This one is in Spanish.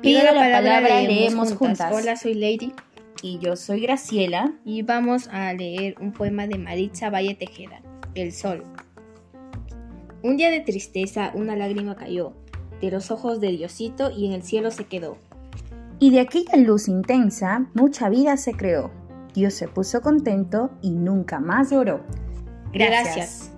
Pido la palabra, leemos juntas. Hola, soy Lady Y yo soy Graciela. y vamos a leer un poema de Maritza Valle Tejeda, El Sol. Un día de tristeza una lágrima cayó de los ojos de Diosito y en el cielo se quedó. Y de aquella luz intensa, mucha vida se creó. Dios se puso contento y nunca más lloró. Gracias.